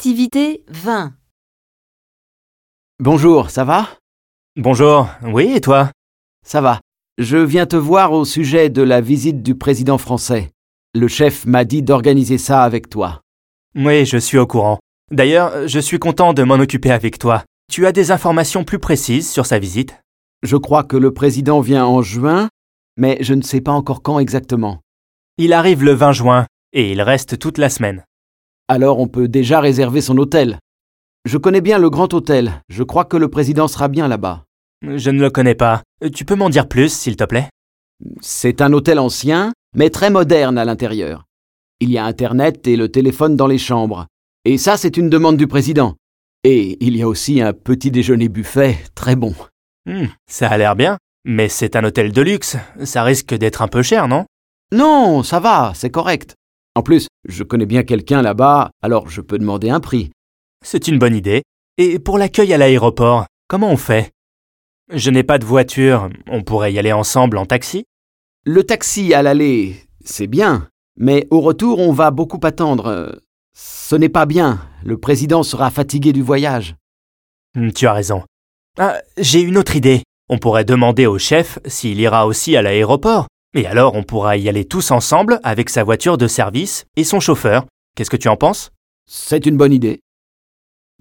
Activité 20. Bonjour, ça va Bonjour, oui, et toi Ça va. Je viens te voir au sujet de la visite du président français. Le chef m'a dit d'organiser ça avec toi. Oui, je suis au courant. D'ailleurs, je suis content de m'en occuper avec toi. Tu as des informations plus précises sur sa visite Je crois que le président vient en juin, mais je ne sais pas encore quand exactement. Il arrive le 20 juin, et il reste toute la semaine. Alors on peut déjà réserver son hôtel. Je connais bien le grand hôtel. Je crois que le président sera bien là-bas. Je ne le connais pas. Tu peux m'en dire plus, s'il te plaît C'est un hôtel ancien, mais très moderne à l'intérieur. Il y a Internet et le téléphone dans les chambres. Et ça, c'est une demande du président. Et il y a aussi un petit déjeuner buffet très bon. Hmm, Ça a l'air bien, mais c'est un hôtel de luxe. Ça risque d'être un peu cher, non Non, ça va, c'est correct. En plus, je connais bien quelqu'un là-bas, alors je peux demander un prix. C'est une bonne idée. Et pour l'accueil à l'aéroport, comment on fait Je n'ai pas de voiture. On pourrait y aller ensemble en taxi Le taxi à l'aller, c'est bien, mais au retour, on va beaucoup attendre. Euh, Ce n'est pas bien, le président sera fatigué du voyage. Hmm, Tu as raison. Ah, j'ai une autre idée. On pourrait demander au chef s'il ira aussi à l'aéroport. Et alors on pourra y aller tous ensemble avec sa voiture de service et son chauffeur. Qu'est-ce que tu en penses C'est une bonne idée.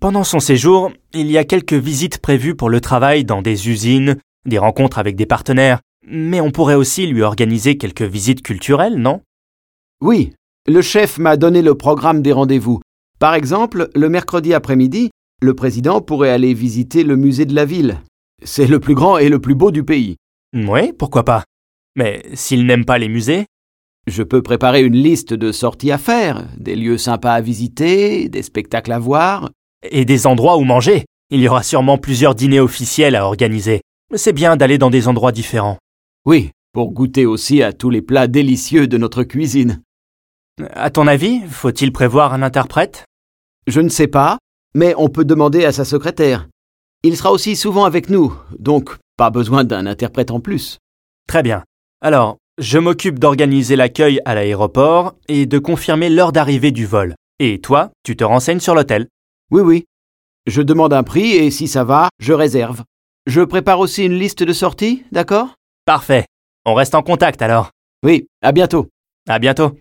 Pendant son séjour, il y a quelques visites prévues pour le travail dans des usines, des rencontres avec des partenaires. Mais on pourrait aussi lui organiser quelques visites culturelles, non Oui, le chef m'a donné le programme des rendez-vous. Par exemple, le mercredi après-midi, le président pourrait aller visiter le musée de la ville. C'est le plus grand et le plus beau du pays. Oui, pourquoi pas. Mais s'il n'aime pas les musées Je peux préparer une liste de sorties à faire, des lieux sympas à visiter, des spectacles à voir. et des endroits où manger, il y aura sûrement plusieurs dîners officiels à organiser. C'est bien d'aller dans des endroits différents. Oui, pour goûter aussi à tous les plats délicieux de notre cuisine. À ton avis, faut-il prévoir un interprète Je ne sais pas, mais on peut demander à sa secrétaire. Il sera aussi souvent avec nous, donc pas besoin d'un interprète en plus. Très bien. Alors, je m'occupe d'organiser l'accueil à l'aéroport et de confirmer l'heure d'arrivée du vol. Et toi, tu te renseignes sur l'hôtel. Oui, oui. Je demande un prix et si ça va, je réserve. Je prépare aussi une liste de sorties, d'accord Parfait. On reste en contact alors. Oui, à bientôt. À bientôt.